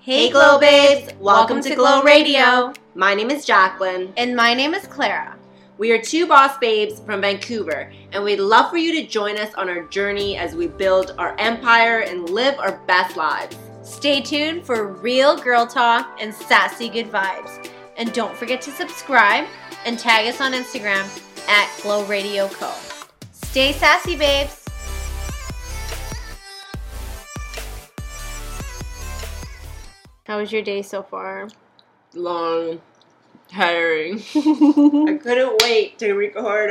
Hey, Glow Babes! Welcome to Glow Radio. My name is Jacqueline. And my name is Clara. We are two boss babes from Vancouver, and we'd love for you to join us on our journey as we build our empire and live our best lives. Stay tuned for real girl talk and sassy good vibes. And don't forget to subscribe and tag us on Instagram at Glow Radio Co. Stay sassy, babes. How was your day so far? Long, tiring. I couldn't wait to record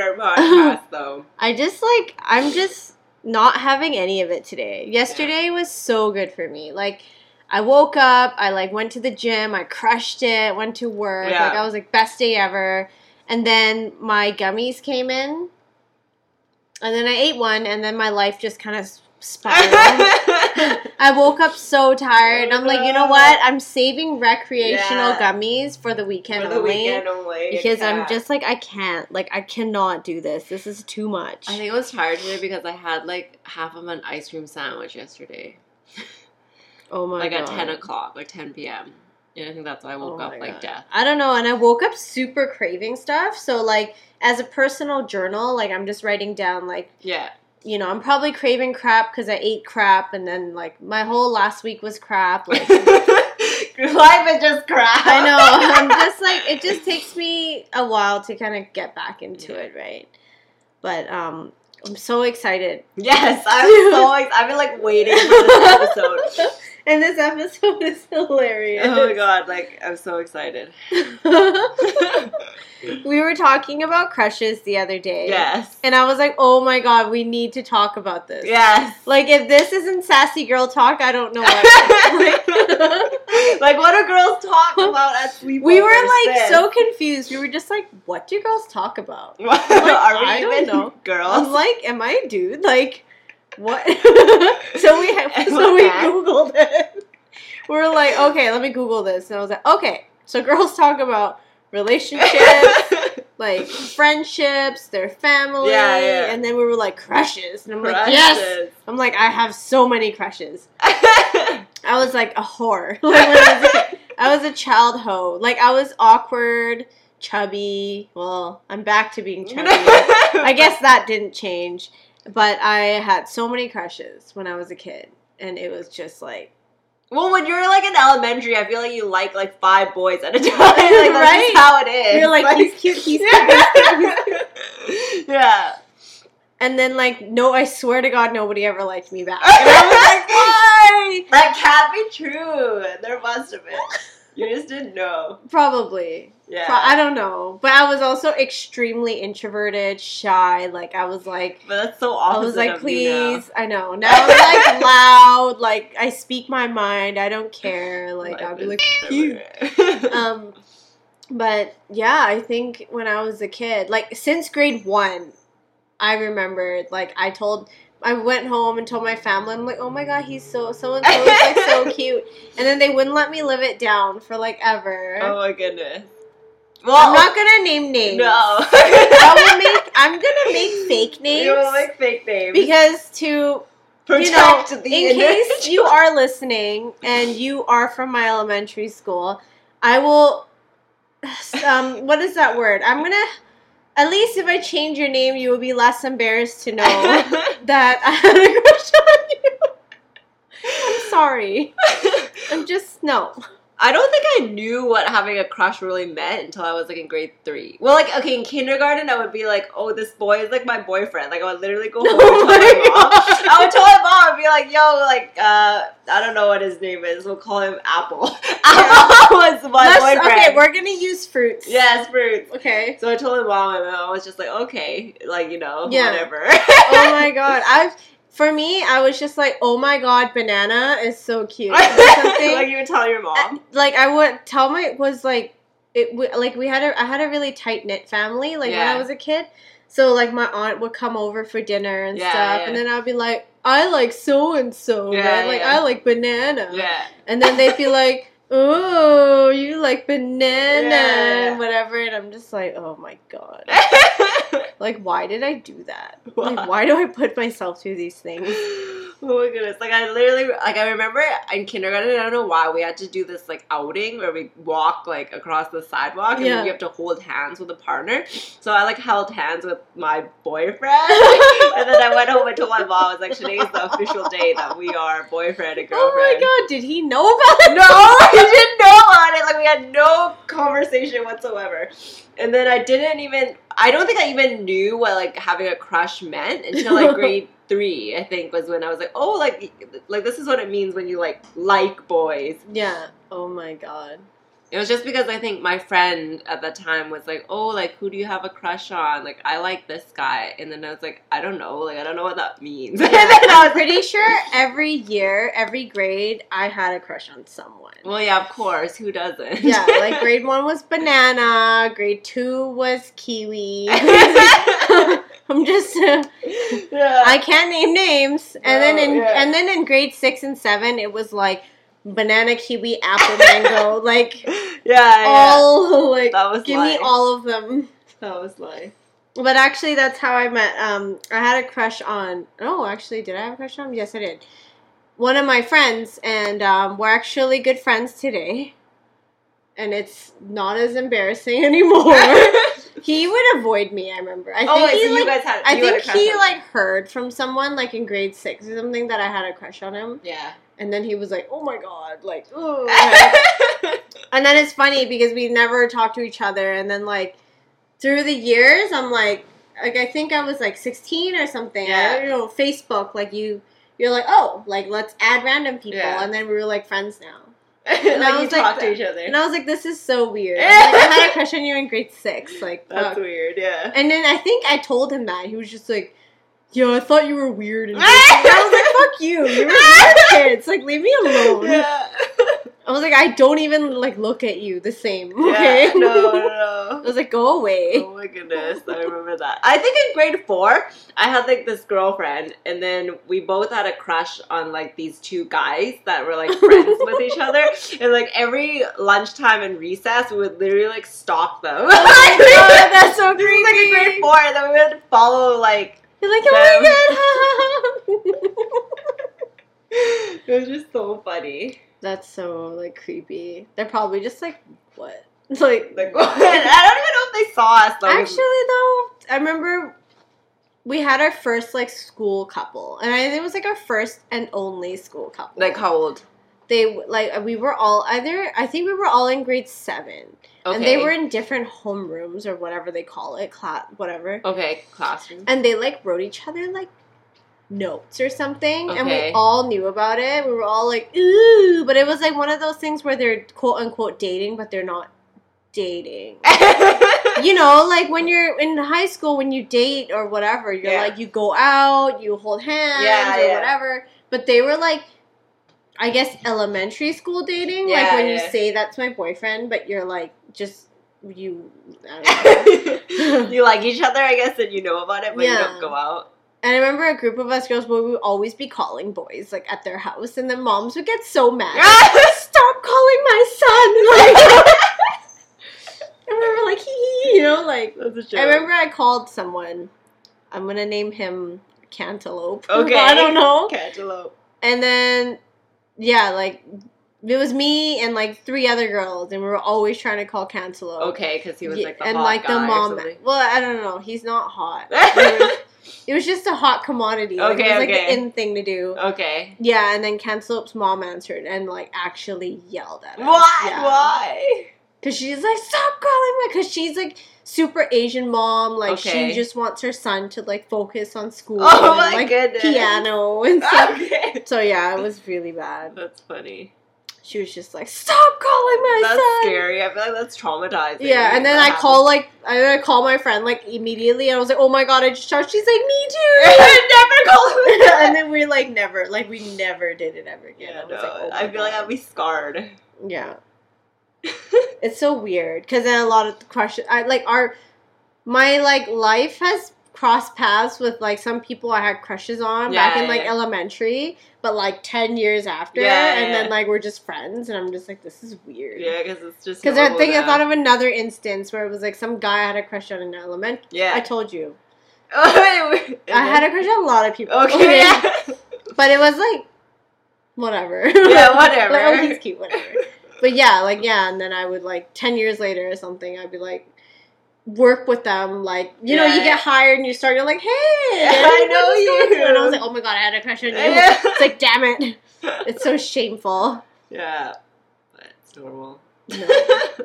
our podcast, though. I just like I'm just not having any of it today. Yesterday was so good for me. Like I woke up, I like went to the gym, I crushed it, went to work. Yeah. Like I was like best day ever. And then my gummies came in. And then I ate one and then my life just kind of spiraled. I woke up so tired and I'm like, you know what? I'm saving recreational Oh, Yeah. gummies for the weekend For the only. weekend only. Because Yeah. I'm just like I can't, like I cannot do this. This is too much. I think I was tired today because I had like half of an ice cream sandwich yesterday, oh my like god! at ten o'clock, like ten p.m. And I think that's why I woke Oh up my like God. death. I don't know, and I woke up super craving stuff. So like as a personal journal, like I'm just writing down like Yeah, you know I'm probably craving crap because I ate crap, and then like my whole last week was crap. Like Life is just crap. I know I'm just like it just takes me a while to kind of get back into Yeah. it, right? But um, I'm so excited, Yes, I'm so ex- I've been like waiting for this episode. and this episode is hilarious. Oh my god, like I'm so excited. we were talking about crushes the other day. Yes. And I was like, oh my god, we need to talk about this. Yes. Like, if this isn't sassy girl talk, I don't know what. like what do girls talk about at sleepovers? we were like so confused. We were just like, what do girls talk about? What, like, are we I don't even know. girls? I'm like, am I a dude? Like, what? so we Am so we I? googled it. We are like, okay, let me Google this, and I was like, okay, so girls talk about relationships, like friendships, their family, Yeah, yeah. and then we were like crushes, and I'm like, yes, I'm like, I have so many crushes. I was like a whore. Like, when I, was a kid. I was a child hoe. Like I was awkward, chubby. Well, I'm back to being chubby. I guess that didn't change, but I had so many crushes when I was a kid, and it was just like Well, when you're like in elementary, I feel like you like like five boys at a time. Like that's Right? just how it is. you're like, he's cute, he's cute. he's cute." yeah. yeah. And then like no, I swear to God, nobody ever liked me back. And I was like, why? That can't be true. There must have been. You just didn't know. Probably. Yeah. Pro- I don't know, but I was also extremely introverted, shy. Like I was like, but that's so I opposite. was like, of you now. please. I know now I'm like loud. Like I speak my mind. I don't care. Like I'll be like, "F- you. Um, but yeah, I think when I was a kid, like since grade one, I remembered. Like I told. I went home and told my family, I'm like, oh my god, he's so so and so is like so cute, and then they wouldn't let me live it down for like ever. oh my goodness. I'm Well, not gonna name names. no. I will make. I'm gonna make fake names You will make fake names. because to Protect the in case you are listening and you are from my elementary school, I will. Um, what is that word? I'm gonna. At least if I change your name, you will be less embarrassed to know that I had a crush on you. I'm sorry. I'm just no. I don't think I knew what having a crush really meant until I was like in grade three. Well, like okay, in kindergarten, I would be like, "Oh, this boy is like my boyfriend." Like I would literally go home and tell my, Oh my mom. I would tell my mom and be like, "Yo, like uh, I don't know what his name is. We'll call him Apple. Apple was my Let's- boyfriend." okay, we're gonna use fruits. yes, fruits. Okay. So I told my mom, and my mom was just like, "Okay, like you know, Yeah. whatever." oh my god. I've for me, I was just like, oh my god, banana is so cute. Or like something. you would tell your mom. like I would tell my was like it w- like we had a I had a really tight knit family like when I Yeah. was a kid. So like my aunt would come over for dinner and Yeah, stuff, yeah. and then I'd be like, I like so and so, Yeah, right? Like yeah. I like banana, yeah. and then they'd be like. Oh, you like banana Yeah. and whatever, and I'm just like, oh my god, like why did I do that? Like why do I put myself through these things? Oh my goodness! Like I literally, like I remember in kindergarten. I don't know why we had to do this like outing where we walk like across the sidewalk and Yeah. then you have to hold hands with a partner. So I like held hands with my boyfriend, and then I went home and told my mom. I was like, "Today is the official day that we are boyfriend and girlfriend." Oh my god, did he know about it? No, I didn't know about it. Like we had no conversation whatsoever. And then I didn't even. I don't think I even knew what like having a crush meant until like grade three. I think was when I was like, oh, like like this is what it means when you like like boys. Yeah. Oh my god. It was just because I think my friend at the time was like, "Oh, like who do you have a crush on?" Like I like this guy, and then I was like, "I don't know. Like I don't know what that means." and then I I'm was like, pretty sure every year, every grade, I had a crush on someone. "Well, yeah, of course. Who doesn't?" Yeah, like grade one was banana, grade two was kiwi. I'm just uh, Yeah. I can't name names. And then No, in yeah. and then in grade six and seven, it was like banana, kiwi, apple, mango, like yeah, yeah. all like that was give me life. all of them. That was life. But actually, that's how I met. Um, I had a crush on. Oh, actually, did I have a crush on? him? Yes, I did. One of my friends, and um, we're actually good friends today. And it's not as embarrassing anymore. he would avoid me. I remember. I think oh, wait, he so you like. guys had. I you had a think crush he on like heard from someone like in grade six or something that I had a crush on him, Yeah. and then he was like, "Oh my god!" Like, oh. them. And then it's funny because we never talked to each other. And then like through the years, I'm like, like I think I was like 16 or something. Yeah. I don't know Facebook. Like you, you're like, oh, like let's add random people, Yeah. and then we were like friends now. like And I you was like talked to that. each other. And I was like, this is so weird. I'm like, I had a crush on you in grade six. Like, That's fuck. weird. Yeah. and then I think I told him that he was just like. Yo, I thought you were weird. And I was like, "Fuck you! You're a weird kid. It's like, leave me alone." Yeah. I was like, "I don't even like look at you the same." Okay, Yeah. No, no, no. I was like, go away. Oh my goodness, I remember that. I think in grade four, I had like this girlfriend, and then we both had a crush on like these two guys that were like friends with each other. And like every lunchtime and recess, we would literally like stalk them. Oh God, that's so This is like in grade creepy. four, and then we would follow like. You're like, oh my god. It was just so funny. that's so like creepy. They're probably just like, what? Like, Like, I don't even know if they saw us. Though. actually though, I remember we had our first like school couple, and I think it was like our first and only school couple. like how old? they like we were all either I think we were all in grade seven, Okay. and they were in different homerooms or whatever they call it, class, whatever. okay classroom. and they like wrote each other like notes or something and we Okay. all knew about it we were all like ooh but it was like one of those things where they're quote unquote dating but they're not dating you know like when you're in high school when you date or whatever you're Yeah. like you go out you hold hands Yeah, or yeah. whatever but they were like i guess elementary school dating like Yeah, when you yeah. say that's my boyfriend but you're like just you I don't know. you like each other, I guess, and you know about it, but you Yeah. don't go out. And I remember a group of us girls where we would always be calling boys like at their house, and then moms would get so mad. Ah! like, Stop calling my son! Like, and we were like, hee hee, you know, like. That's a joke. I remember I called someone. I'm gonna name him Cantaloupe. Okay. I don't know. Cantaloupe. And then, yeah, like it was me and like three other girls, and we were always trying to call Cantaloupe. Okay, because he was Yeah, like the and hot like guy the or mom. something. Well, I don't know. He's not hot. It was- it was just a hot commodity. Like, Okay, it was like okay. the in thing to do. Okay. Yeah, and then Cantaloupe's mom answered and like actually yelled at us. Why? Yeah. Why? Because she's like, stop calling me. Because she's like super Asian mom. Like Okay. she just wants her son to like focus on school. Oh and, my like, goodness. Piano and stuff. Okay. so yeah, it was really bad. That's funny. She was just like, stop calling my That's son. scary. I feel like that's traumatizing. Yeah, and then That I call like I then I call my friend like immediately, and I was like, "Oh my god, I just charged." She's like, "Me too." happens. never call him. again. and then we like never like we never did it ever again. Yeah, I was no, like, "Oh my I feel like God." I'd be scarred. Yeah. it's so weird because then a lot of the crushes, I like our, my like life has crossed paths with like some people I had crushes on back Yeah, in like yeah. elementary, but like ten years after, Yeah, and yeah. then like we're just friends, and I'm just like this is weird. Yeah, because it's just. Because I normal think I now. thought of another instance where it was like some guy I had a crush on in elementary. I Yeah. told you I I had a crush on a lot of people. Okay. Yeah. But it was like, whatever. Yeah, whatever. like, oh, he's cute, whatever. But yeah, like, yeah. And then I would, like, 10 years later or something, I'd be like, work with them. Like, you know, you Yeah. get hired and you start, you're like, hey, I know what's going you. on?" And I was like, oh my God, I had a crush on you. Yeah. It's like, damn it. It's so shameful. yeah. But it's normal. No,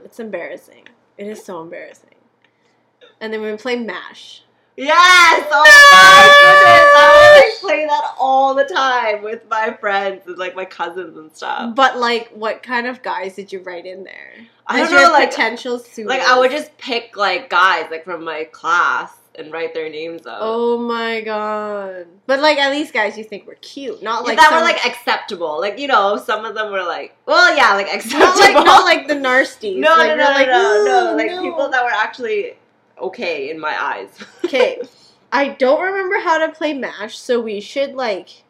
it's embarrassing. It is so embarrassing. And then we would play MASH. Yes! Oh my goodness! I would like, play that all the time with my friends and like my cousins and stuff. But like, what kind of guys did you write in there? I As don't know, your like potential suitors. like I would just pick like guys like from my class and write their names up. Oh my god! But like, at least guys you think were cute, not like like that some- were like acceptable. Like you know, some of them were like, well, yeah, like not acceptable. like not like the narsties. no, no, no, like, you're no, like, no, no, "Ooh, like no." people that were actually okay in my eyes. Okay, I don't remember how to play Mash, so we should like.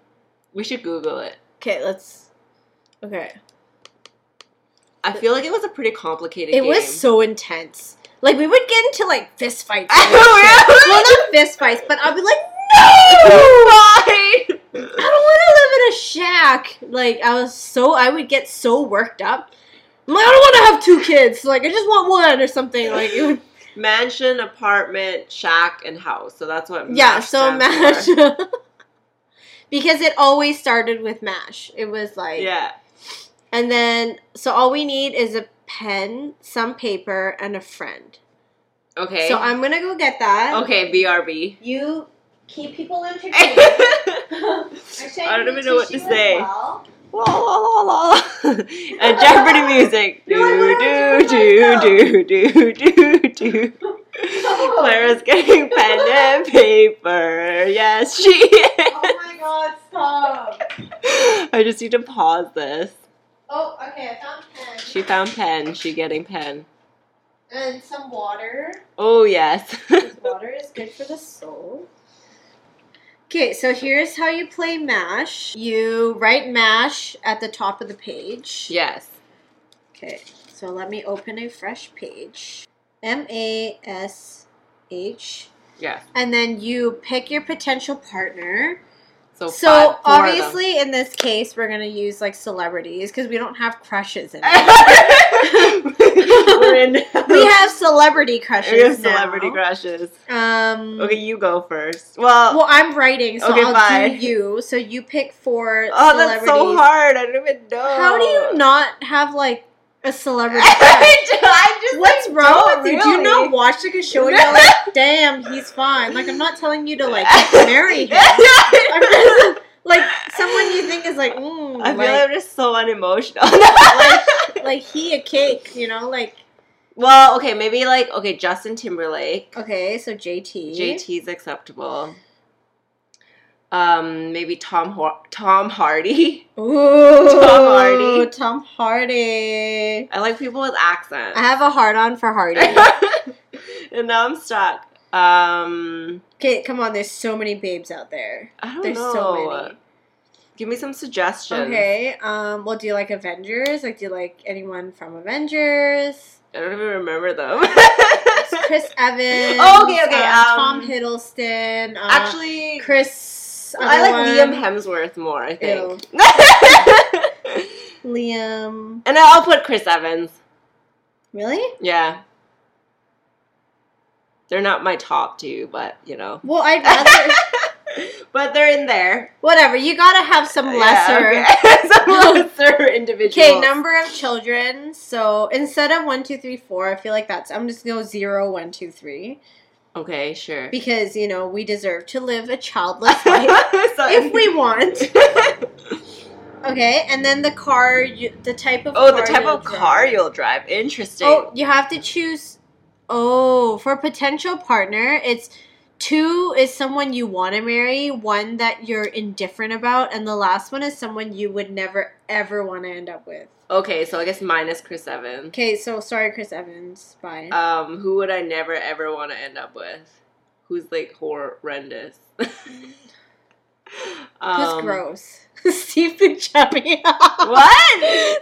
We should Google it. Okay, let's. Okay, I feel like it was a pretty complicated it game. was so intense. Like we would get into like fist fights. and really? well, not fist fights, but I'd be like, Why? I don't want to live in a shack. Like I was so, I would get so worked up. I'm like, I don't want to have two kids. Like I just want one or something. Like it would, mansion, apartment, shack, and house. So that's what. yeah. MASH So mash. stands for. because it always started with mash. It was like, Yeah. and then so all we need is a pen, some paper, and a friend. Okay. So I'm gonna go get that. okay. BRB. You keep people entertained. I don't even know what to say. La la la la. And Jeopardy music. Do No, I wanna do do do do do do. Clara's getting pen and paper. Yes, she. is. Oh my god! Stop. I just need to pause this. Oh, okay. I found pen. She found pen. She getting pen. And some water. Oh yes. Because water is good for the soul. Okay, so here's how you play MASH. You write MASH at the top of the page. yes. Okay, so let me open a fresh page. M A S H. Yes. And then you pick your potential partner. So, five- So four of them. obviously, in this case, we're gonna use like celebrities because we don't have crushes in it. We're in. we have celebrity crushes. We have now. celebrity crushes. Um. Okay, you go first. Well, Well, I'm writing, so Okay, I'll fine. do you. So you pick four oh, that's celebrities. so hard. I don't even know. How do you not have like a celebrity? crush? I ju- I just What's like, wrong don't with you? Do you really. not watch like a show and you're like, damn, he's fine. Like I'm not telling you to like marry him. I'm just- like someone you think is like, mm, I feel like like, I'm just so unemotional. like he a cake, you know? Like well, okay, maybe like okay, Justin Timberlake. okay, so JT, JT's acceptable. Um, maybe Tom Ho- Tom Hardy. Ooh, Tom Hardy. Tom Hardy. I like people with accents. I have a hard on for Hardy. and now I'm stuck. Um, Okay, come on. There's so many babes out there. I don't There's know. uh, so many. Give me some suggestions. Okay. Um. Well, do you like Avengers? Like, do you like anyone from Avengers? I don't even remember them. Chris Evans. Oh, okay, okay, um, um, Tom Hiddleston. uh, Actually, Chris. I like Liam other one. Hemsworth more. I think. Liam. and I'll put Chris Evans. Really? Yeah. They're not my top two, but you know. Well, I'd rather. But they're in there. Whatever. You gotta have some lesser. Yeah, okay. Some lesser individuals. Okay, number of children. So instead of one, two, three, four, I feel like that's I'm just gonna go zero, one, two, three. Okay, sure. Because, you know, we deserve to live a childless life. So- if we want. Okay, and then the car, you, the type of oh, the type you'll of car drive. you'll drive. Interesting. Oh, you have to choose. Oh, for potential partner, it's two is someone you want to marry, one that you're indifferent about, and the last one is someone you would never ever want to end up with. Okay, so I guess minus Chris Evans. Okay, so sorry, Chris Evans. Bye. Um, who would I never ever want to end up with? Who's like horrendous? That's Um, gross. Steve Buscemi. What?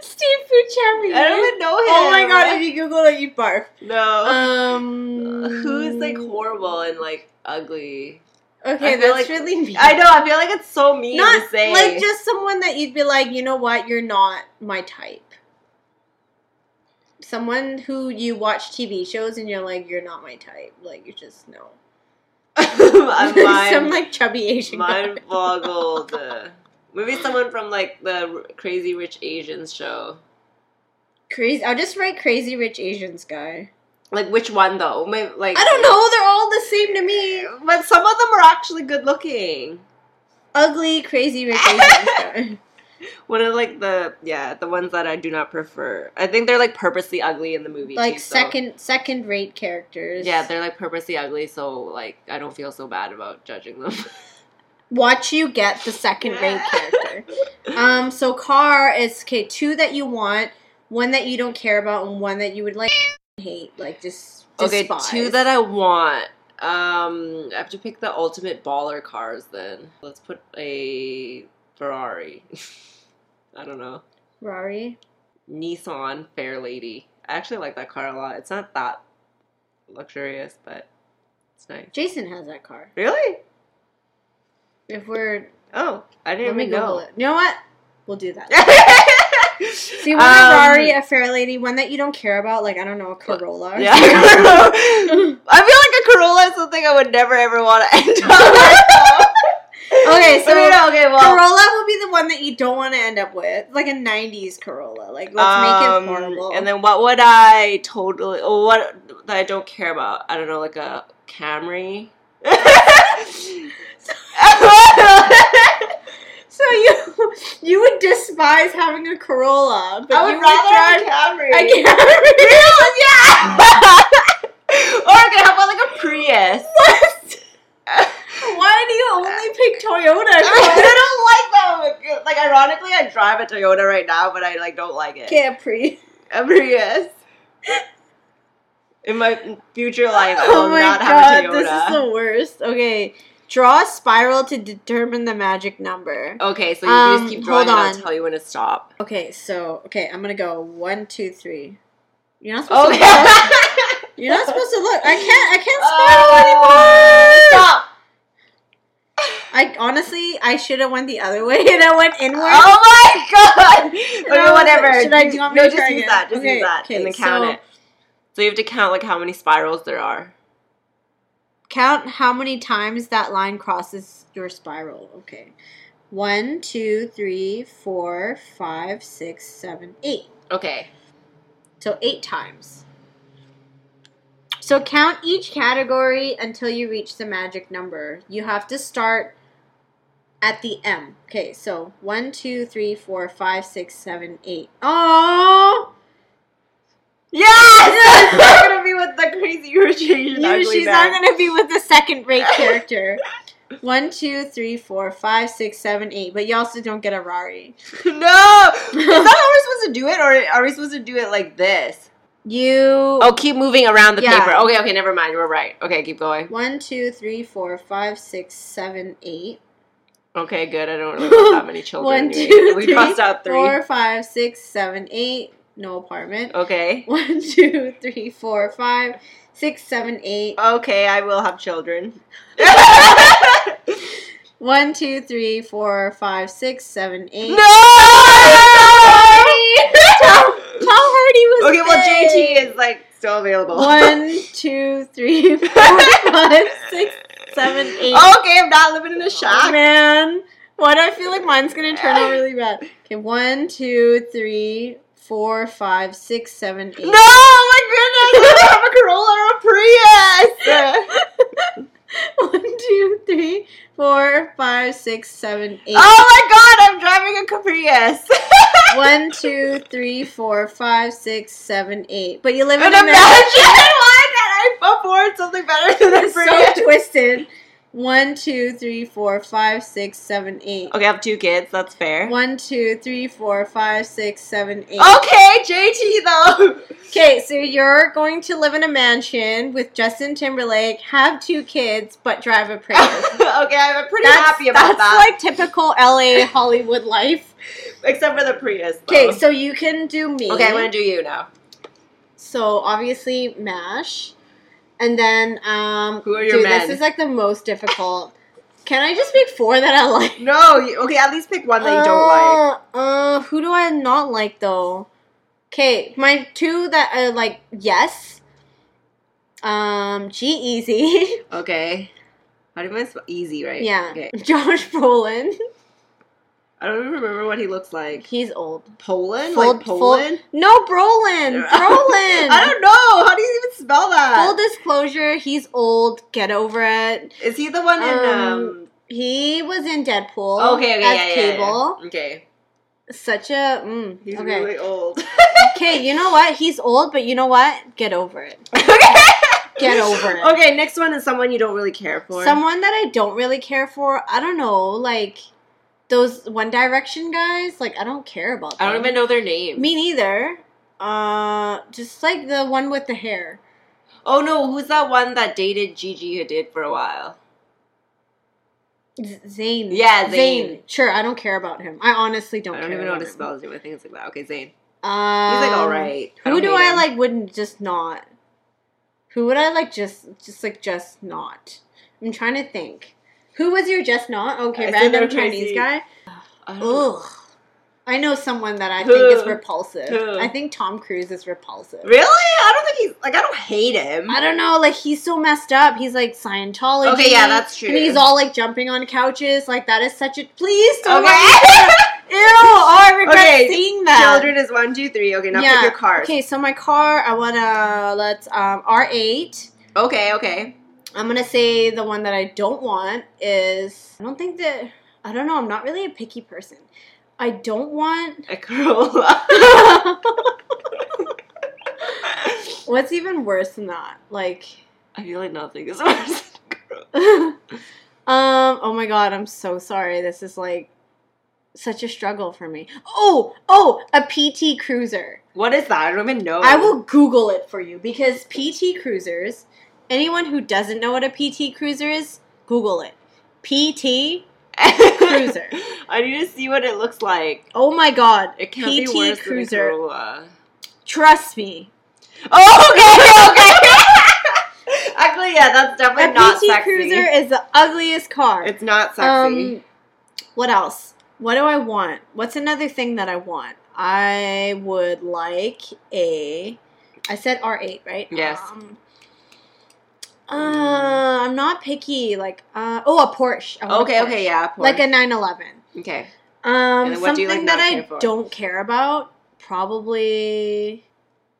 Steve Buscemi. I don't even know him. Oh my god! If you Google it, you barf. No. Um, Who's like horrible and like ugly? Okay, I feel that's like- really mean. I know. I feel like it's so mean Not to say. like just someone that you'd be like, you know what, you're not my type. Someone who you watch TV shows and you're like, you're not my type. Like you just no. Some Uh, I'm mind, like chubby Asian guy. mind boggled. Uh, Maybe someone from like the R- Crazy Rich Asians show. Crazy. I'll just write crazy rich Asians guy. Like which one though? Maybe, like I don't know. They're all the same to me. But some of them are actually good looking. Ugly, crazy rich Asians guy. One of like the yeah the ones that I do not prefer. I think they're like purposely ugly in the movie. Like too, so- second, second rate characters. Yeah, they're like purposely ugly, so like I don't feel so bad about judging them. Watch you get the second rate character. Um, so car is okay. Two that you want, one that you don't care about, and one that you would like hate, like just okay, despise. two that I want. Um, I have to pick the ultimate baller cars then. Let's put a Ferrari. I don't know. Ferrari. Nissan Fair Lady. I actually like that car a lot. It's not that luxurious, but it's nice. Jason has that car. Really? If we're Oh, I didn't let me even Google know. it. You know what? We'll do that. So See, you um, want a Ferrari, a fair lady, one that you don't care about, like I don't know, a Corolla. Yeah. I feel like a Corolla is something I would never ever want to end up with. okay, so okay, no, okay, well, Corolla will be the one that you don't want to end up with, like a '90s Corolla. Like let's um, make it horrible. And then what would I totally? oh, What that I don't care about? I don't know, like a Camry. so you you would despise having a Corolla, but you drive Camry. I can't. or okay, how about like a Prius? Why do you only pick Oh, Toyota? I don't like them. Like ironically, I drive a Toyota right now, but I like don't like it. Capri. A Prius. In my future life, I will Oh my not god, have a Toyota. this is the worst. Okay, draw a spiral to determine the magic number. okay, so you Um, just keep drawing hold and on. I'll tell you when to stop. Okay, so okay, I'm gonna go one, two, three. You're not supposed Okay. to look. You're not supposed to look. I can't. I can't spiral Oh, Stop. anymore. I honestly, I should have went the other way, and I went inward. Oh my god. I Okay, was like, whatever. should I- do you want me no, to just try use again? that. Just Okay, use that okay, and then count so- it. So you have to count like how many spirals there are. Count how many times that line crosses your spiral. Okay. One, two, three, four, five, six, seven, eight. Okay. So eight times. So count each category until you reach the magic number. You have to start at the M. Okay, so one, two, three, four, five, six, seven, eight. Oh, Yes! I'm not gonna be with the crazy rich Asian you, ugly she's man. not gonna be with the second rate character. One, two, three, four, five, six, seven, eight. But you also don't get a Rari. No! Is that how we're supposed to do it? Or are we supposed to do it like this? You Oh, keep moving around the Yeah. paper. Okay, okay, never mind. We're right. Okay, keep going. one, two, three, four, five, six, seven, eight. Okay, good. I don't really want that many children. One, anyway. two, We three, crossed out three. Four, five, six, seven, eight. No apartment. Okay. One, two, three, four, five, six, seven, eight. Okay, I will have children. One, two, three, four, five, six, seven, eight. Tom Hardy was okay, well, big. JT is like still available. One, two, three, four, five, six, seven, eight. Oh, Okay, I'm not living in a shack. man. Why do I feel like mine's gonna turn out really bad? Okay, one, two, three, four, five, six, seven, eight. No, oh my goodness, I don't have a Corolla or a Prius. One, two, three, four, five, six, seven, eight. Oh my god, I'm driving a Caprius. One, two, three, four, five, six, seven, eight. But you live in And a imagine mansion. why can't I afford something better than a It's so Prius? twisted. One, two, three, four, five, six, seven, eight. Okay, I have two kids. That's fair. One, two, three, four, five, six, seven, eight. Okay, JT though. Okay, so you're going to live in a mansion with Justin Timberlake, have two kids, but drive a Prius. okay, I'm pretty happy that's about that. like typical LA Hollywood life. Except for the Prius. Okay, though. so you can do me. Uh-huh. okay, I'm gonna do you now. So obviously mash, and then um, Who are your dude, men? This is like the most difficult. Can I just pick four that I like? No, you, okay, at least pick one that you don't like. Uh, uh, who do I not like though? Okay, my two that are like yes. Um, G Easy. Okay. How do I spell easy, right? yeah. Okay. Josh Brolin. I don't even remember what he looks like. He's old. Poland? Fold- like Poland? No, Brolin. Brolin. I don't know. How do you even spell that? Full disclosure, he's old. Get over it. Is he the one in Um, um, He was in Deadpool Okay, as okay, yeah, yeah, yeah. Cable. Okay. Such a mm, He's okay. really old. Okay, you know what? He's old, but you know what? Get over it. Get over it. okay, next one is someone you don't really care for. Someone that I don't really care for, I don't know, like those One Direction guys, like I don't care about them. I don't even know their name. Me neither. Uh just like the one with the hair. Oh no, who's that one that dated Gigi Hadid for a while? Z- Zayn. Yeah, Zayn. Zayn. Sure, I don't care about him. I honestly don't I care. don't even know how about to him. spell his name. I think it's like that. Okay, Zayn. Um, He's like all right. Who don't do hate I him. like wouldn't just not? Who would I like just just like just not? I'm trying to think. Who was your just not? Okay, I said random they're Chinese crazy. guy. I don't know. Ugh. I know someone that I think is Who? repulsive. Who? I think Tom Cruise is repulsive. Really? I don't think he's like I don't hate him. I don't know, like he's so messed up. He's like Scientology. Okay, yeah, that's true. And he's all like jumping on couches. Like that is such a please don't Okay. Ew, oh, I regret Okay, seeing that. Children is one, two, three. Okay, now Yeah. pick your cards. Okay, so my car, I wanna let's um R eight. Okay, okay. I'm gonna say the one that I don't want is I don't think that I don't know, I'm not really a picky person. I don't want A Corolla. what's even worse than that? Like I feel like nothing is worse. than Corolla. um oh my god, I'm so sorry. This is like such a struggle for me. Oh, oh, a PT cruiser. What is that? I don't even know. I will Google it for you because PT Cruisers, anyone who doesn't know what a PT Cruiser is, Google it. PT Cruiser. I need to see what it looks like. Oh my god. It can't PT be worse Cruiser. than a uh, Corolla. Trust me. Oh, okay, okay. Actually, yeah, that's definitely a not PT sexy. Cruiser is the ugliest car. It's not sexy. Um, what else? What do I want? What's another thing that I want? I would like a. I said R eight, right? Yes. Um, uh, I'm not picky. Like, uh, oh, a Porsche. I want a okay, Porsche. okay, yeah. Porsche. Like a 911. okay. Um, And then what something do you, like, that not I care for? don't care about. Probably.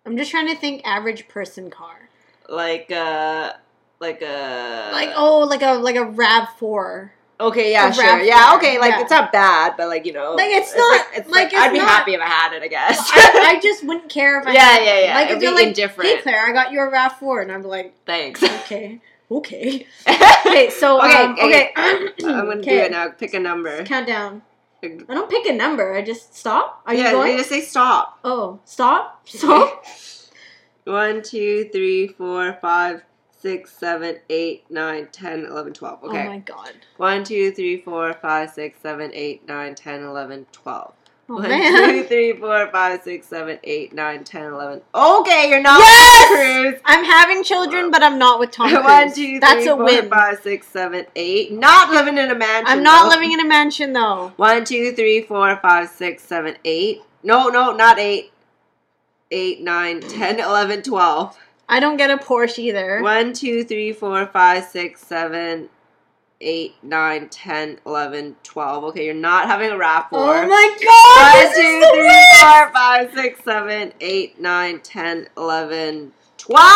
I'm just trying to think. Average person car. Like uh like uh, a Like oh, like a like a Rav Four. okay yeah a sure Rav4, yeah okay like yeah. it's not bad but like you know Like, it's not- it's like, like, it's I'd be not- happy if I had it I guess I, I just wouldn't care if I. Yeah, had yeah, it. yeah. Like if It'd you're be like, hey indifferent. Claire, I got your Rav Four, and I'm like, thanks okay, okay. okay Okay, so okay, um, okay. I'm gonna do Okay. it now pick a number Count down. I don't pick a number. I just stop. Are yeah you going? you just say stop Oh, stop, stop. one two three four five six seven eight nine ten eleven twelve Oh my okay god. one two three four five six seven eight nine ten eleven twelve Oh One, man. two, three, four, five, six, seven, eight, nine, ten, eleven. Okay, you're not Yes! yes! I'm having children, but I'm not with Tom Cruise. One, two, That's three, a four, win. five, six, seven, eight. Not living in a mansion. I'm not though. living in a mansion though. One, two, three, four, five, six, seven, eight. No, no, not eight. Eight, nine, ten, eleven, twelve. I don't get a Porsche either. One, two, three, four, five, six, seven, eight, nine, ten, eleven, twelve. Okay, you're not having a rap Oh war. my One, god! this two, is the three, worst! four, five, six, seven, eight, nine, ten, eleven, twelve.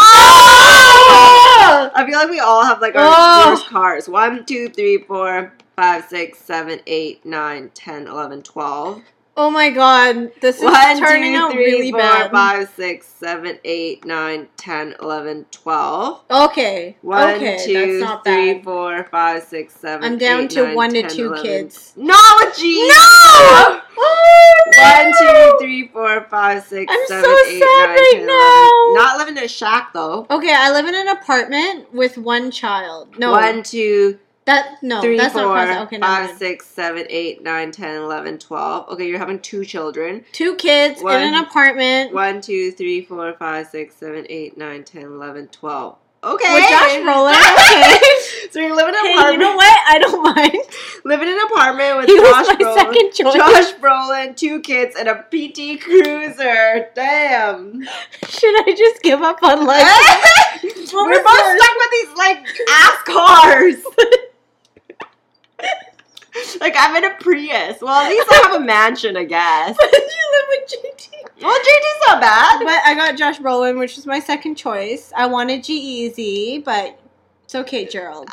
I feel like we all have like Oh. our worst cars. One, two, three, four, five, six, seven, eight, nine, ten, eleven, twelve. Oh my god, this is One, turning two, out three, really four, bad. five, six, seven, eight, nine, ten, eleven, twelve. Okay. One, okay, two, that's not three, bad. four, five, six, seven, I'm down eight, to nine, one to 10, two 11. kids. No, jeez. No! Oh, One, no! two, three, four, five, six, I'm seven, so eight, sad nine, right 10, now. 11. Not living in a shack though. Okay, I live in an apartment with one child. No, One, two, that no, three, that's four, not possible. Okay, never five, mind. six, seven, eight, nine, 10, 11, 12. Okay, you're having two children. Two kids in an One. apartment. One, two, three, four, five, six, seven, eight, nine, 10, 11, 12. okay. With Josh Brolin. Okay. so you live in an Hey, apartment. you know what? I don't mind. Live in an apartment with He Josh was my Brolin. second choice. Josh Brolin, two kids, and a PT Cruiser. Damn. Should I just give up on life? What We're was both that? stuck with these like ass cars. like I'm in a Prius. Well, at least I have a mansion, I guess. you live with JT. Well, JT's not bad. But I got Josh Brolin, which was my second choice. I wanted G Easy, but it's okay, Gerald.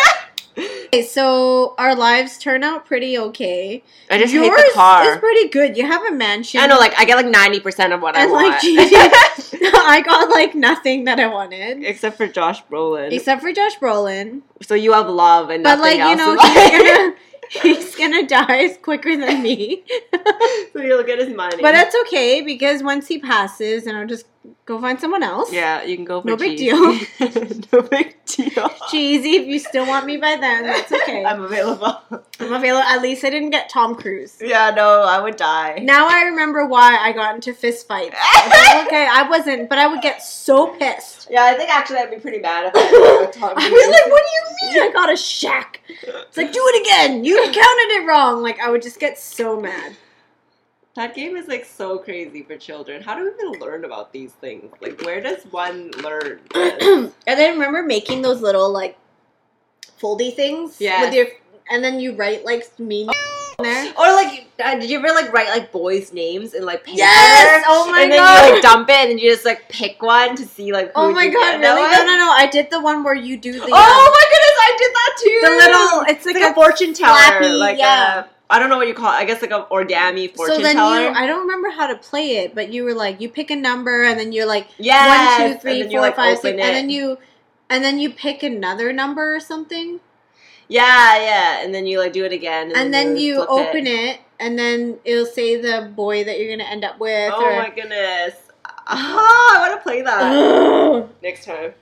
okay, so our lives turn out pretty okay. I just Yours hate the is car. pretty good. You have a mansion. I know, like I get like ninety percent of what I and want, like Gigi, I got like nothing that I wanted. except for Josh Brolin. Except for Josh Brolin. so you have love and But nothing like, you else know, in life. he's gonna he's gonna die quicker than me. So you'll get his money. But that's okay because once he passes and I'll just go find someone else. yeah, you can go for No big cheese. deal. no big deal. Cheesy, if you still want me by then, that's okay. I'm available. I'm available. At least I didn't get Tom Cruise. Yeah, no, I would die. Now I remember why I got into fist fights. I was like, okay, I wasn't, but I would get so pissed. Yeah, I think actually I'd be pretty mad if I was Tom I Cruise. was like, what do you mean I got a shack? It's like, do it again. You counted it wrong. Like, I would just get so mad. That game is like so crazy for children. How do we even learn about these things? Like, where does one learn? this? and then remember making those little, like, foldy things? Yes. With your, and then you write, like, mean on there. Or like, uh, did you ever like write like boys' names in like paper? Yes! Oh my and then God. you like dump it, and then you just like pick one to see like. Who Oh my you god, get. That really? one? No, no, no. I did the one where you do the. Oh my goodness, I did that too. um, the little. It's like, It's like a a fortune teller, flappy, like yeah. a, I don't know what you call it. I guess like a origami fortune so then teller. you i don't remember how to play it but you were like you pick a number and then you're like yes, one two and three then you, four like, five six, open and it. then you and then you pick another number or something yeah, yeah, and then you like do it again, and, and, then you, flip open it. and then it'll say the boy that you're gonna end up with Oh or- my goodness! Ah, I want to play that Ugh. next time.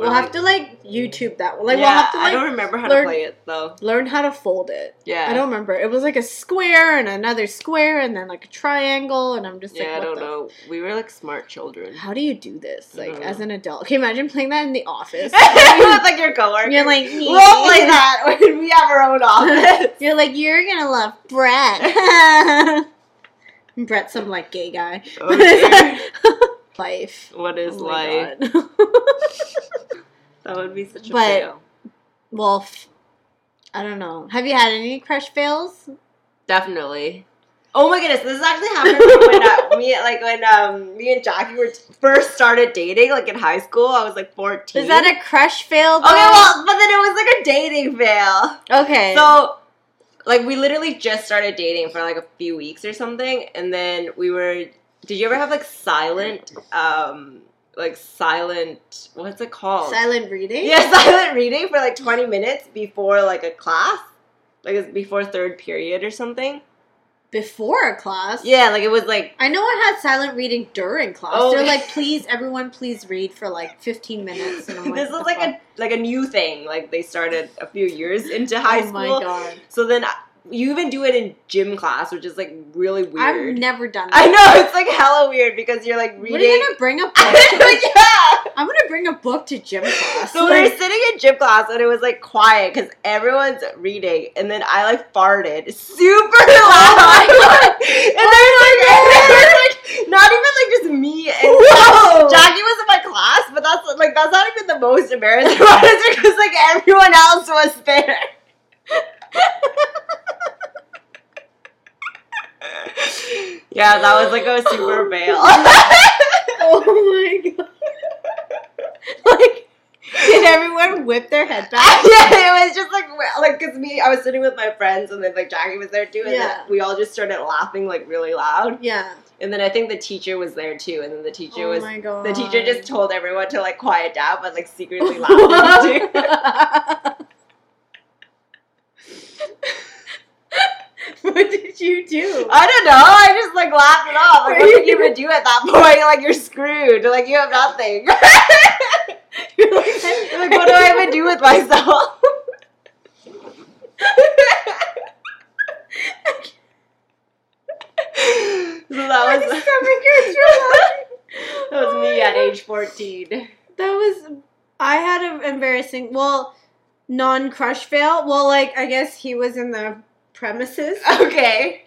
Uh-huh. we'll have to like youtube that one like yeah, we'll have to I don't like remember how learn- to play it though. learn how to fold it Yeah, i don't remember it was like a square and another square and then like a triangle and i'm just like Yeah, I what don't the know. Mm-hmm. We were like smart children. how do you do this I like don't as know. an adult okay imagine playing that in the office With like your coworker. You're like, we'll play that when we have our own office. You're like, you're gonna love Brett. Brett's some like gay guy. Okay. Life. what Oh is my life? God. That would be such a But- fail. well, f- I don't know. Have you had any crush fails? Definitely. Oh my goodness, this actually happened when uh, me like when um me and Jackie were first started dating, like in high school. I was like fourteen. Is that a crush fail? okay? Well, but then it was like a dating fail. well, okay. So, like, we literally just started dating for like a few weeks or something, and then we were. Did you ever have like silent, um, like silent? What's it called? silent reading. Yeah, silent reading for like twenty minutes before like a class, Like it's before third period or something. Before a class. Yeah, like it was like I know I had silent reading during class. Oh. They're like, please, everyone, please read for like 15 minutes. And I'm what This is the like a- fuck? like a new thing. Like they started a few years into high oh school. my god. So then I- you even do it in gym class, which is like really weird. I've never done that. I know it's like hella weird because you're like What are you reading. gonna bring a book? to- yeah. I'm gonna bring a book to gym class. So we were sitting in gym class and it was like quiet because everyone's reading, and then I like farted super loud, and there's like, and there's, like not even like just me and Whoa. Jackie was in my class, but that's like that's not even the most embarrassing part is because like everyone else was there. yeah, that was like a super fail. oh my god! like, did everyone whip their head back? yeah, it was just like well, like because me, I was sitting with my friends, and then like Jackie was there too, and Yeah. then we all just started laughing like really loud. Yeah. And then I think the teacher was there too, and then the teacher oh was my god. the teacher just told everyone to like quiet down, but like secretly laughing too. what did you do? I don't know. I just like laughed it off. Were Like, what you- can you even do at that point? Like, you're screwed. Like, you have nothing. You're like, like, what do I even do with myself? so I that just was can't make it through. that was me at age fourteen. That was I had an embarrassing, well, non crush fail. Well, like, I guess he was in the premises. Okay.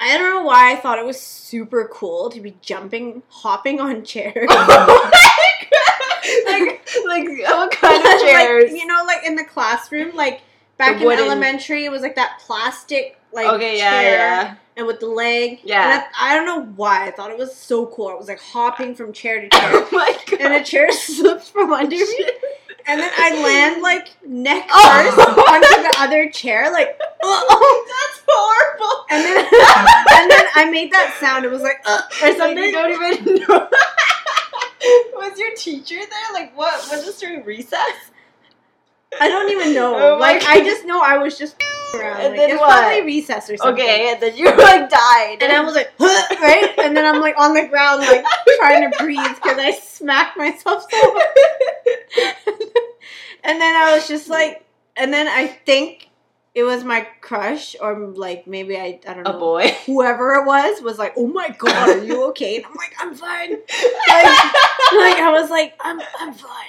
I don't know why I thought it was super cool to be jumping, hopping on chairs. like, like what kind of chairs? Like, you know, like in the classroom, like back The in wooden- elementary, it was like that plastic, like okay, yeah, chair, yeah. and with the leg. Yeah. And I, I don't know why I thought it was so cool. I was like hopping from chair to chair, Oh my god. and a chair slipped from under me, and then I land like neck Oh. first onto the other chair, like, oh, That's horrible. and then and then I made that sound. It was like uh, or Like, something. you don't even know. Was your teacher there? Like, what? Was this during recess? I don't even know. Oh my like I God. just know I was just around. And Like, then it's what? probably recess or something. Okay, and then you like died. And I was like, "Huh," right? And then I'm like on the ground, like trying to breathe because I smacked myself so hard. and then I was just like, and then I think it was my crush, or like maybe I, I don't a know. boy. Whoever it was was like, "Oh my god, are you okay?" And I'm like, "I'm fine." Like, like I was like, "I'm I'm fine."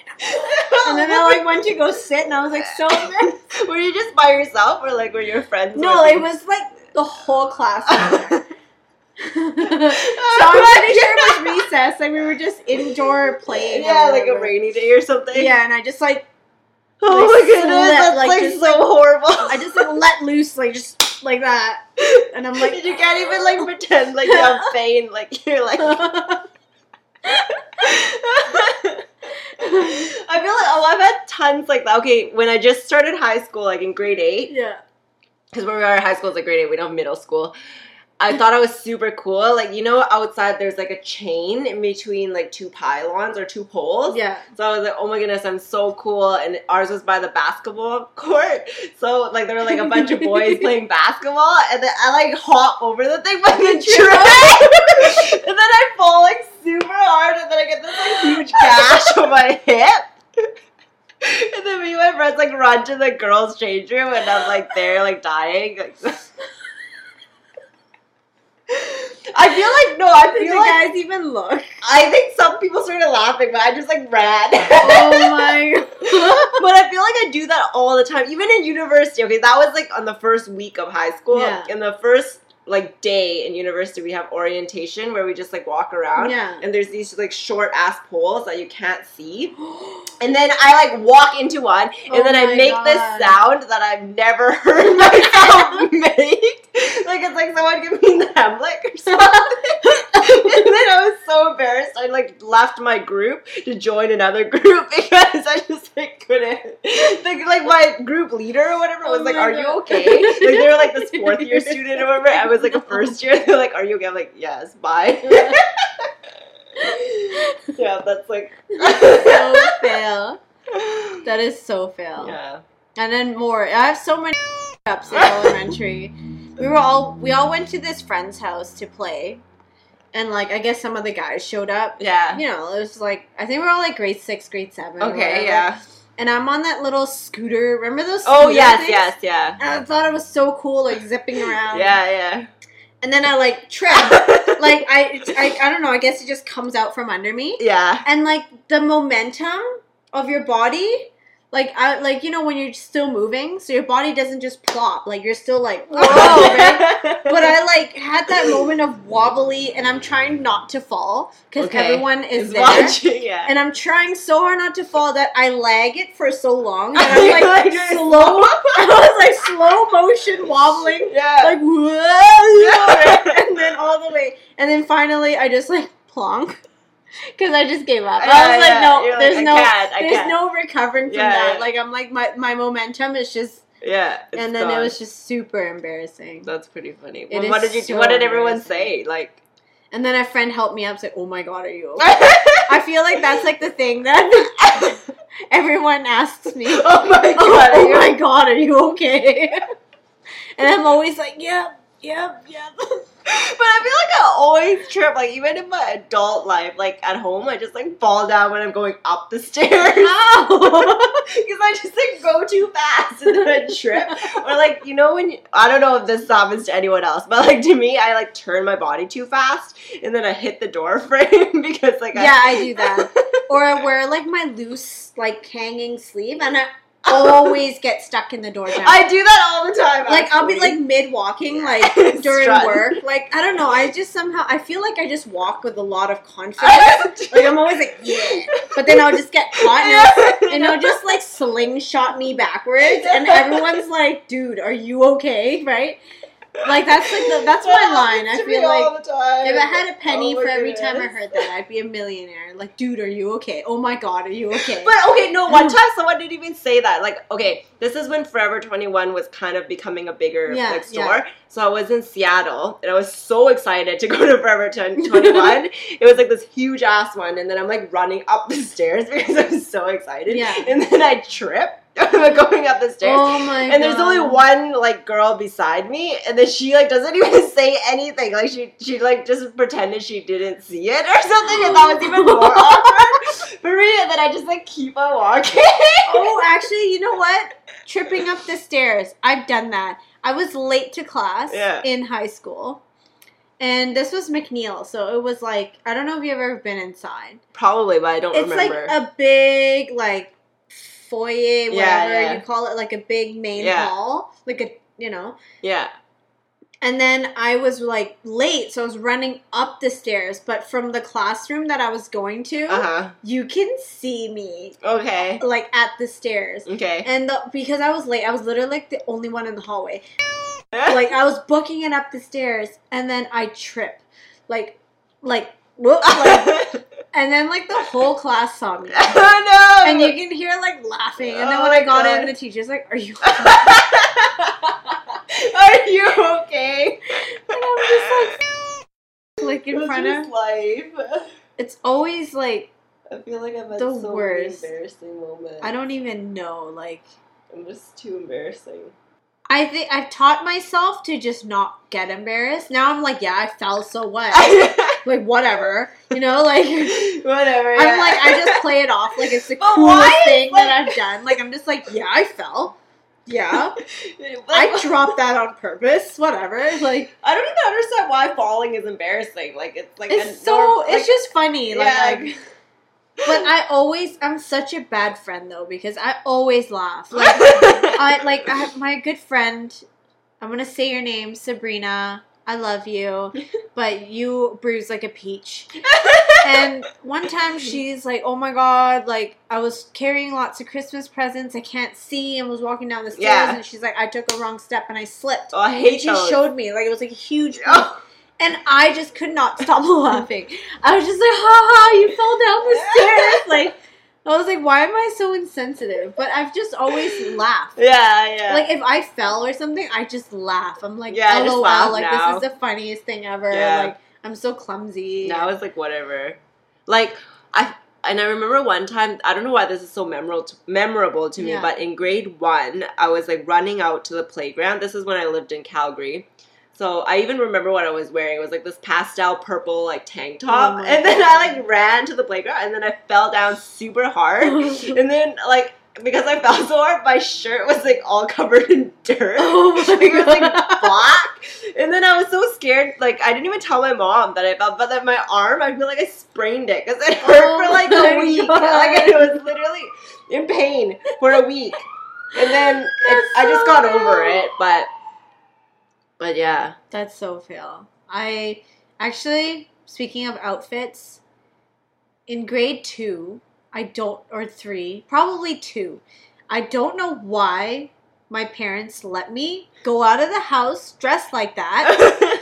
And then I like went to go sit, and I was like, "So embarrassed." were you just by yourself, or like were your friends? No, with it you? was like the whole class. was there. so Oh I'm my pretty sure it was recess. Like we were just indoor playing. or Yeah, like a whatever. rainy day or something. Yeah, and I just like Oh Like, my goodness, slip, that's like, like, just, so horrible. I just like let loose, like just like that, and I'm like. you can't even like pretend like you have pain. Like you're like. I feel like oh, I've had tons like that. Okay, when I just started high school, like in grade eight, yeah. because when we are in high school, it's like grade eight. We don't have middle school. I thought I was super cool. Like you know, outside there's like a chain in between like two pylons or two poles. Yeah. So I was like, oh my goodness, I'm so cool. And ours was by the basketball court. So like there were like a bunch of boys playing basketball. And then I like hop over the thing by the tray. and then I fall like super hard. And then I get this like huge gash on my hip. And then me and my friends like run to the girls' change room and I'm like there like dying. Like, I feel like no, I Did feel the like guys even look? I think some people started laughing, but I just like ran. Oh my! but I feel like I do that all the time, even in university. Okay, that was like on the first week of high school. Yeah. In the first like day in university, we have orientation where we just like walk around. Yeah. And there's these like short ass poles that you can't see. And then I like walk into one, and Oh then I my make this God. sound that I've never heard myself make. Like it's like someone give me the Hamlet or something. and then I was so embarrassed. I like left my group to join another group because I just like couldn't. Like, like my group leader or whatever was Oh like, my "Are God. you okay?" Like they were like this fourth year student or whatever. I was like a first year. They're like, "Are you okay?" I'm like, "Yes, bye." yeah, that's like. so fail. That is so fail. Yeah. And then more. I have so many ups in elementary. We were all we all went to this friend's house to play, and like I guess some of the guys showed up. Yeah. You know, it was like I think we are all like grade six, grade seven. or whatever. Okay, yeah. And I'm on that little scooter. Remember those? Oh, scooter yes, things? yes, yeah. And I thought it was so cool, like zipping Um, around. Yeah, And then I like tripped. yeah. like I, I, I don't know. I guess it just comes out from under me. yeah. And like the momentum of your body, like I, like you know when you're still moving, so your body doesn't just plop. Like you're still like whoa. right? But I like had that moment of wobbly, and I'm trying not to fall because Okay. everyone is Is there. watching, yeah. And I'm trying so hard not to fall that I lag it for so long that I'm like slow. I was like slow motion wobbling, yeah. like whoa, Yeah. and then all the way, and then finally I just like plonk because I just gave up. Yeah, I was like, yeah. no, You're like, there's I no, can't, I there's can't. no recovering from Yeah, that. yeah. Like I'm like my my momentum is just, yeah. it's and then gone. it was just super embarrassing. That's pretty funny. It Well, what is did you do? so What did everyone embarrassing. say? Like, And then a friend helped me up, said, "Oh my god, are you?" okay?" I feel like that's like the thing that everyone asks me. oh my god! oh, are you- my god, are you okay? and I'm always like, yep, yep, yep. But I feel like I always trip. Like even in my adult life, like at home, I just like fall down when I'm going up the stairs Ow! because I just like go too fast and then I trip. Oh. Or like you know when you, I don't know if this happens to anyone else, but like to me, I like turn my body too fast and then I hit the door frame because like yeah, I do that. Or I wear like my loose, like hanging sleeve, and I always get stuck in the door jam. I, I do that all the time. like I'll be actually. like mid walking, like Strut. during work. Like I don't know. I just somehow I feel like I just walk with a lot of confidence. I like I'm always like yeah, but then I'll just get caught and, it'll- and it'll just like slingshot me backwards, and everyone's like, "Dude, are you okay?" Right? Like that's like the, that's my line. I feel like if I had Oh a penny for every time I heard that, I'd be a millionaire. Like, dude, are you okay? Oh my god, are you okay? But okay, no, one time someone didn't even say that. Like, okay, this is when Forever 21 was kind of becoming a bigger Yeah, like, store. yeah. So I was in Seattle and I was so excited to go to Forever 10 21. it was like this huge ass one. And then I'm like running up the stairs because I'm so excited. Yeah. And then I trip going up the stairs. oh my god. and there's only one like girl beside me, and then she like doesn't even say anything. Like she she like just pretended she didn't see it or something, and that was even more awkward for me. And then I just like keep on walking. Oh, actually, you know what? Tripping up the stairs. I've done that. I was late to class Yeah. in high school. And this was McNeil, so it was like I don't know if you've ever been inside. Probably, but I don't It's remember. like a big like foyer, whatever Yeah, yeah. you call it, like a big main Yeah. hall. Like a you know. yeah, And then I was like late, so I was running up the stairs, but from the classroom that I was going to, uh you can see me huh. Okay, like at the stairs. okay. And the, because I was late, I was literally like the only one in the hallway. Like I was booking it up the stairs, and then I trip, like, like, whoop, like and then like the whole class saw me, oh no! and you can hear like laughing. And then when I Oh, got God. in, the teacher's like, "Are you?" Are you okay? And I'm just like, like in front of. life. It's always like I feel like I've had The so many worst. embarrassing moments. I don't even know. Like I'm just too embarrassing. I think I've taught myself to just not get embarrassed. Now I'm like, yeah, I fell, so what? like whatever, you know, like. Whatever. I'm like, I just play it off like it's the But coolest why is, thing that like- I've done. Like, I'm just like, yeah, I fell. Yeah, just I dropped that on purpose. Whatever. Like, I don't even understand why falling is embarrassing. Like it's like it's a so, norm- like, it's just funny. Like, yeah, I'm- but I always, I'm such a bad friend though because I always laugh. Like, I like I have my good friend. I'm gonna say your name, Sabrina. I love you, but you bruise like a peach. and one time she's like, "Oh my god! Like I was carrying lots of Christmas presents. I can't see, and was walking down the stairs, Yeah. and she's like, I took a wrong step and I slipped. oh, I And hate she those. showed me like it was like a huge, Oh. and I just could not stop laughing. I was just like, "Ha ha! You fell down the stairs!" Like I was like, "Why am I so insensitive?" But I've just always laughed. Yeah, yeah. Like if I fell or something, I just laugh. I'm like, Yeah, I just lol, laugh like now. this is the funniest thing ever. Yeah. Like I'm so clumsy. now it's like whatever. Like I and I remember one time I don't know why this is so memorable memorable to me, Yeah. but in grade one I was like running out to the playground. This is when I lived in Calgary. So I even remember what I was wearing. It was like this pastel purple like tank top. Oh my and then God. I like ran to the playground and then I fell down super hard. Oh and then like because I fell so hard, my shirt was like all covered in dirt. oh my It was like god. black. And then I was so scared. Like I didn't even tell my mom that I fell, but that my arm, I feel like I sprained it because it hurt Oh for like my a week. God. Like it was literally in pain for a week, and then it, That's I just so got bad. over it. But but yeah, That's so fail. I actually speaking of outfits, in grade two, I don't or three, probably two. I don't know why my parents let me go out of the house dressed like that.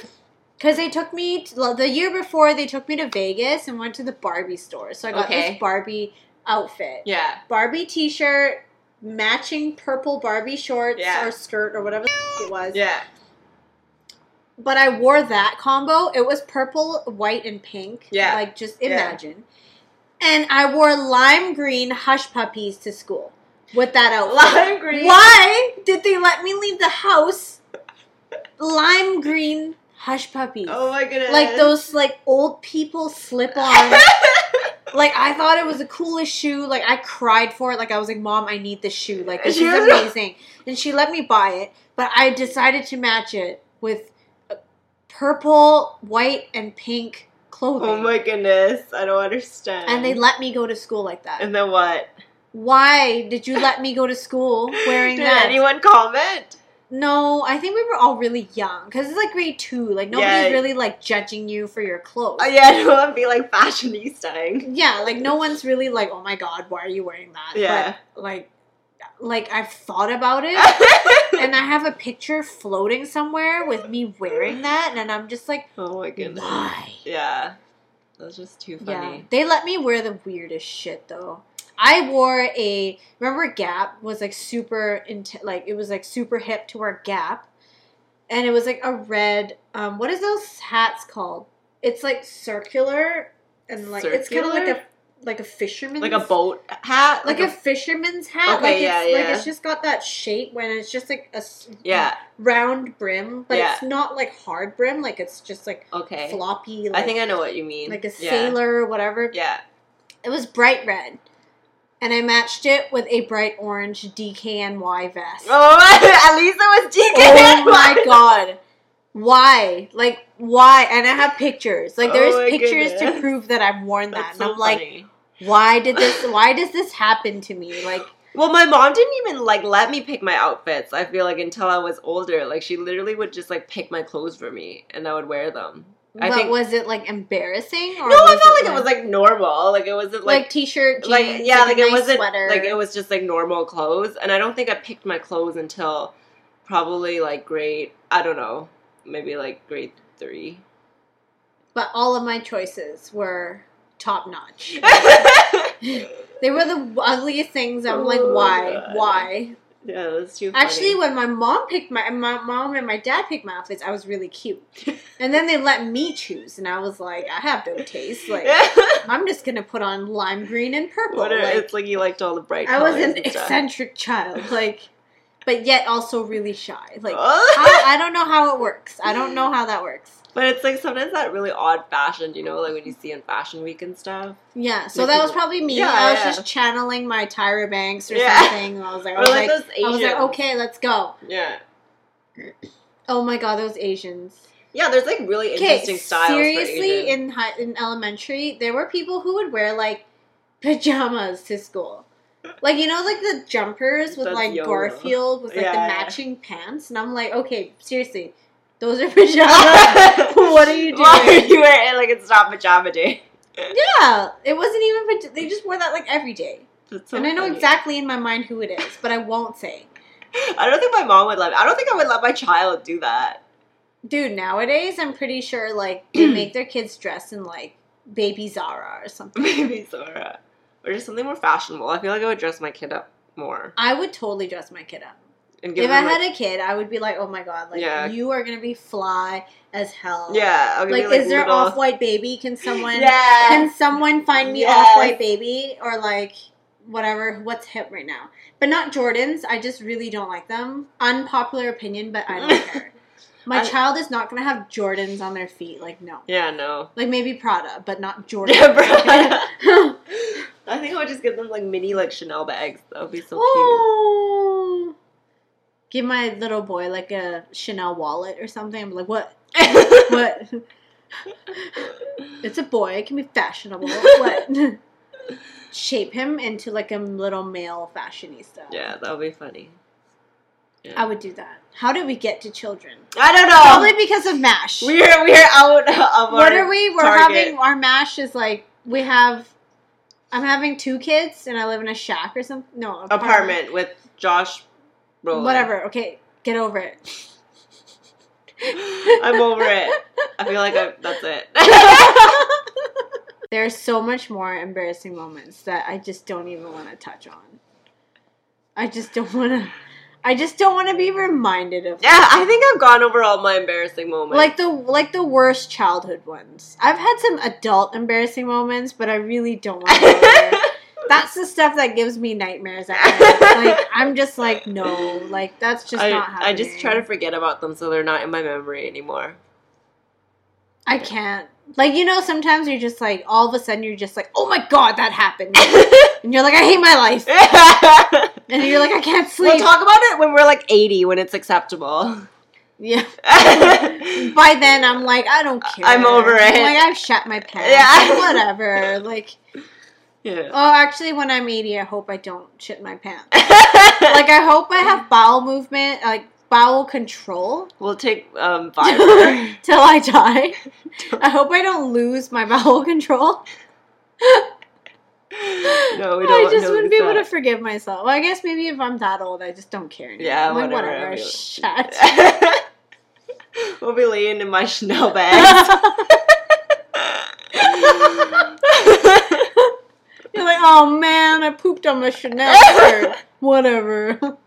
Because they took me to, well, the year before, they took me to Vegas and went to the Barbie store. So I got Okay. this Barbie outfit, yeah, Barbie T-shirt, matching purple Barbie shorts Yeah. or skirt or whatever the it was. yeah. But I wore that combo. It was purple, white, and pink. Yeah. like just Yeah. imagine. And I wore lime green hush puppies to school with that outfit. Lime green. Why did they let me leave the house lime green hush puppies. Oh my goodness. like those like old people slip on. like I thought it was the coolest shoe. Like I cried for it. Like I was like, Mom, I need this shoe. Like this is She was- amazing. And she let me buy it, but I decided to match it with uh, purple, white, and pink clothing. Oh my goodness. I don't understand. and they let me go to school like that. And then what? Why did you let me go to school wearing Did that? anyone comment? No, I think we were all really young because it's like grade two. Like nobody's Yeah. really like judging you for your clothes. Oh, yeah, no one be like fashionistaing. yeah, like no one's really like, oh my god, why are you wearing that? Yeah. But, like, like I've thought about it, and I have a picture floating somewhere with me wearing that, and I'm just like, oh my goodness. why? Yeah. That's just too Yeah, funny. they let me wear the weirdest shit though. I wore a remember Gap was like super into like it was like super hip to wear Gap, and it was like a red um what is those hats called? It's like circular and like it's kind of like a Circular? like a fisherman's Like a boat hat? like, a, fisherman's hat. Okay, like yeah, it's like yeah. it's just got that shape when it's just like a s- Yeah, round brim, but Yeah. it's not like hard brim. Like it's just like okay. floppy. Like, I think I know what you mean. like a yeah. sailor or whatever. Yeah. It was bright red. And I matched it with a bright orange DKNY vest. Oh, Oh, at least it was DK. my god. Why? Like, why? And I have pictures. Like, there's Oh my pictures to goodness. prove that I've worn that. That's and so I'm like, funny. why did this, why does this happen to me? Like, Well, my mom didn't even like let me pick my outfits. I feel like until I was older, like she literally would just like pick my clothes for me, and I would wear them. I but think. was it like embarrassing? Or no, I felt like it was like normal. Like it wasn't like, like t-shirt, jeans, like, yeah, like, a it nice wasn't sweater. like it was just like normal clothes. And I don't think I picked my clothes until probably like grade. I don't know, maybe like grade three. But all of my choices were top notch. yeah, they were the ugliest things. I'm like, Oh, why, God. why? that's too. Funny. Actually, when my mom picked my my mom and my dad picked my outfits, I was really cute. And then they let me choose, and I was like, I have no taste. Like, I'm just gonna put on lime green and purple. What are- Like, it's like you liked all the bright. I was colors an and stuff. eccentric child, like, but yet also really shy. Like, Oh. I, I don't know how it works. I don't know how that works. But it's like sometimes that really odd fashion, you know, like when you see in Fashion Week and stuff. Yeah, so Like that was people- probably me. Yeah, I was yeah. just channeling my Tyra Banks or Yeah. something. And I was like, I Or was like, like those I was Asians. like, okay, let's go. Yeah. Oh my god, those Asians. Yeah, there's like really interesting styles. Seriously, for Asian. in high, in elementary, there were people who would wear like pajamas to school. Like you know, like the jumpers with That's like YOLO. Garfield with like the Yeah. matching pants, and I'm like, okay, seriously, those are pajamas. What are you Why doing? are you wearing like it's not pajama day? yeah, it wasn't even. paj- They just wore that like every day, That's so and I know funny. exactly in my mind who it is, but I won't say. I don't think my mom would let. I don't think I would let my child do that. Dude, nowadays I'm pretty sure like they make their kids dress in like baby Zara or something. Maybe Zora, or just something more fashionable. I feel like I would dress my kid up more I would totally dress my kid up. and give If I him, like- had a kid, I would be like, oh my god, like Yeah. you are gonna be fly as hell. yeah, I'll give Like, you, is there little- off white baby? Can someone Yeah. can someone find me Yes. off white baby or like whatever? What's hip right now? But not Jordans. I just really don't like them. Unpopular opinion, but I don't care. My I- child is not gonna have Jordans on their feet. Like no. yeah, no. Like maybe Prada, but not Yeah, Jordan. bro. I think I would just give them like mini like Chanel bags. That would be so cute. oh. Give my little boy like a Chanel wallet or something. I'm like, what? What? It's a boy. It can be fashionable. What? Shape him into like a little male fashionista. yeah, that would be funny. I would do that. How did we get to children? I don't know. Probably because of MASH. we're we're out of what our are we? We're target. having our MASH is like we have. I'm having two kids and I live in a shack or something. No apartment with Josh. Brolin. Whatever. Okay, get over it. I'm over it. I feel like I, that's it. There's so much more embarrassing moments that I just don't even want to touch on. I just don't want to. I just don't want to be reminded of. yeah, I think I've gone over all my embarrassing moments. Like the like the worst childhood ones. I've had some adult embarrassing moments, but I really don't want to. Go there. That's the stuff that gives me nightmares. At night. Like I'm just like no, like that's just I, not happening. I just try to forget about them so they're not in my memory anymore. I can't. Like you know, sometimes you're just like all of a sudden you're just like, oh my god, that happened, and you're like, I hate my life, and you're like, I can't we'll sleep. talk about it when we're like 80, when it's acceptable. yeah. yeah, By then, I'm like, I don't care. I'm over it. Like I've shut my pants. Yeah. whatever. Like, oh, actually, when I'm 80, I hope I don't shit my pants. like I hope I have bowel movement, like bowel control we'll take um till fiber. I die. I hope I don't lose my bowel control. No, we don't. I just no, wouldn't it's be able not. to forgive myself. Well, I guess maybe if I'm that old, I just don't care anymore. Yeah, I'm like, whatever, whatever. I'll be- Shut. we'll be laying in my Chanel bags. You're like, oh man, I pooped on my Chanel shirt. whatever.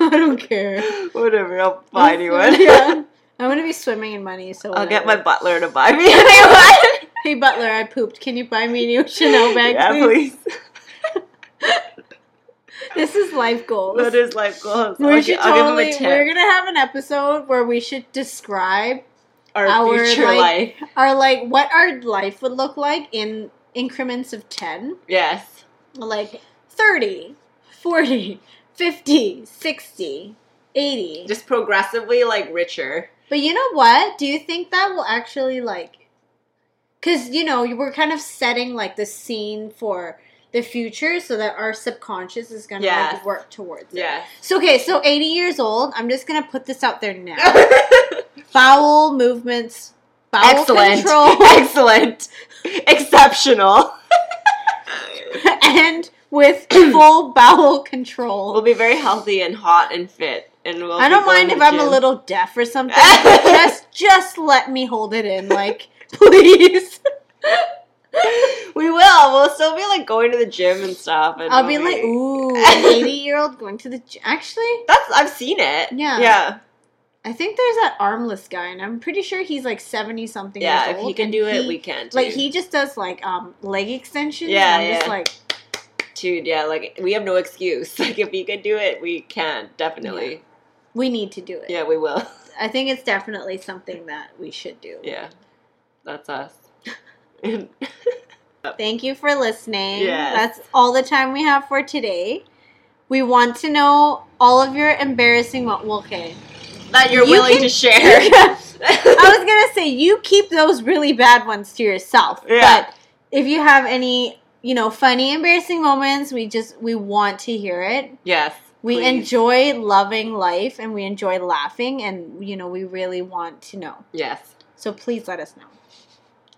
I don't care. Whatever, I'll buy anyone. yeah. I'm gonna be swimming in money, so I'll get my whatever. butler to buy me anyone. Hey butler, I pooped. Can you buy me a new Chanel bag, yeah, please? please. This is life goals. That is life goals. we I'll, gi- should I'll totally. give him We're a tip. gonna have an episode where we should describe Our, our, future like- life. our like what our life would look like in increments of ten, Yes. like 30, 40, 50, 60, 80. Just progressively like richer. But you know what? Do you think that will actually like cuz you know, you were kind of setting like the scene for the future so that our subconscious is going to Yes. like work towards it. Yes. So okay, so 80 years old, I'm just going to put this out there now. bowel movements, bowel Excellent. control Excellent. Exceptional. and with full bowel control. We'll be very healthy and hot and fit. And we'll I be don't going mind if to I'm a gym. little deaf or something. but just just let me hold it in, like please. We will. We'll still be like going to the gym and stuff. And I'll be we'll like, ooh, an eighty-year-old going to the gy- actually. That's I've seen it. Yeah. Yeah. I think there's that armless guy, and I'm pretty sure he's like seventy something. Yeah. years If old, he can and do it, he- we can. Too. like he just does like um leg extensions. Yeah, and I'm just yeah. like dude. Yeah. Like we have no excuse. Like if he can do it, we can definitely. we need to do it. Yeah, we will. I think it's definitely something that we should do. Yeah. That's us. Thank you for listening. Yes. That's all the time we have for today. We want to know all of your embarrassing mo- well, okay. that you're You willing can- to share. I was gonna say you keep those really bad ones to yourself. Yeah. But if you have any, you know, funny, embarrassing moments, we just we want to hear it. yes. We please. enjoy loving life and we enjoy laughing and you know, we really want to know. Yes. So please let us know.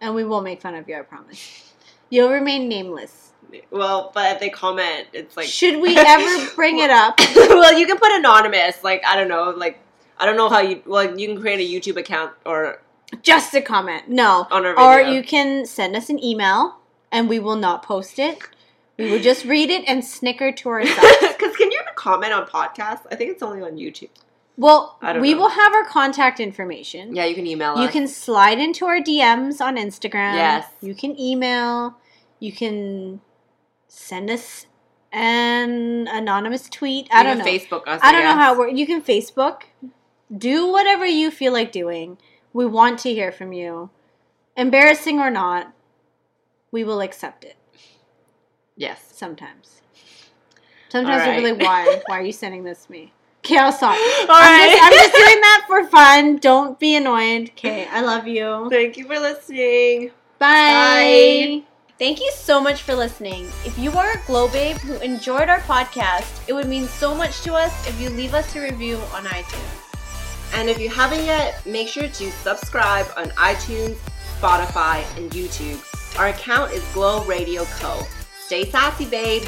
And we will make fun of you, I promise. You'll remain nameless. Well, but if they comment, it's like Should we ever bring it up? well, you can put anonymous. Like I don't know. Like I don't know how you. Well, you can create a YouTube account or Just a comment. No. on our Or video. you can send us an email and we will not post it. We will just read it and snicker to ourselves. Because can you even comment on podcasts? I think it's only on YouTube. well, I don't we know. will have our contact information. Yeah, you can email You us. can slide into our DMs on Instagram. Yes. You can email. You can send us an anonymous tweet. I You don't can know. Facebook us. I don't know guess. how it works. You can Facebook. Do whatever you feel like doing. We want to hear from you. Embarrassing or not, we will accept it Yes. sometimes. Sometimes All right. we're really, why? Why are you sending this to me? Okay, I'll stop. All I'm, just, I'm right. just doing that for fun. Don't be annoyed. Okay, I love you. Thank you for listening. Bye. Thank you so much for listening. If you are a Glow Babe who enjoyed our podcast, it would mean so much to us if you leave us a review on iTunes. And if you haven't yet, make sure to subscribe on iTunes, Spotify, and YouTube. Our account is Glow Radio Co. Stay sassy, babe.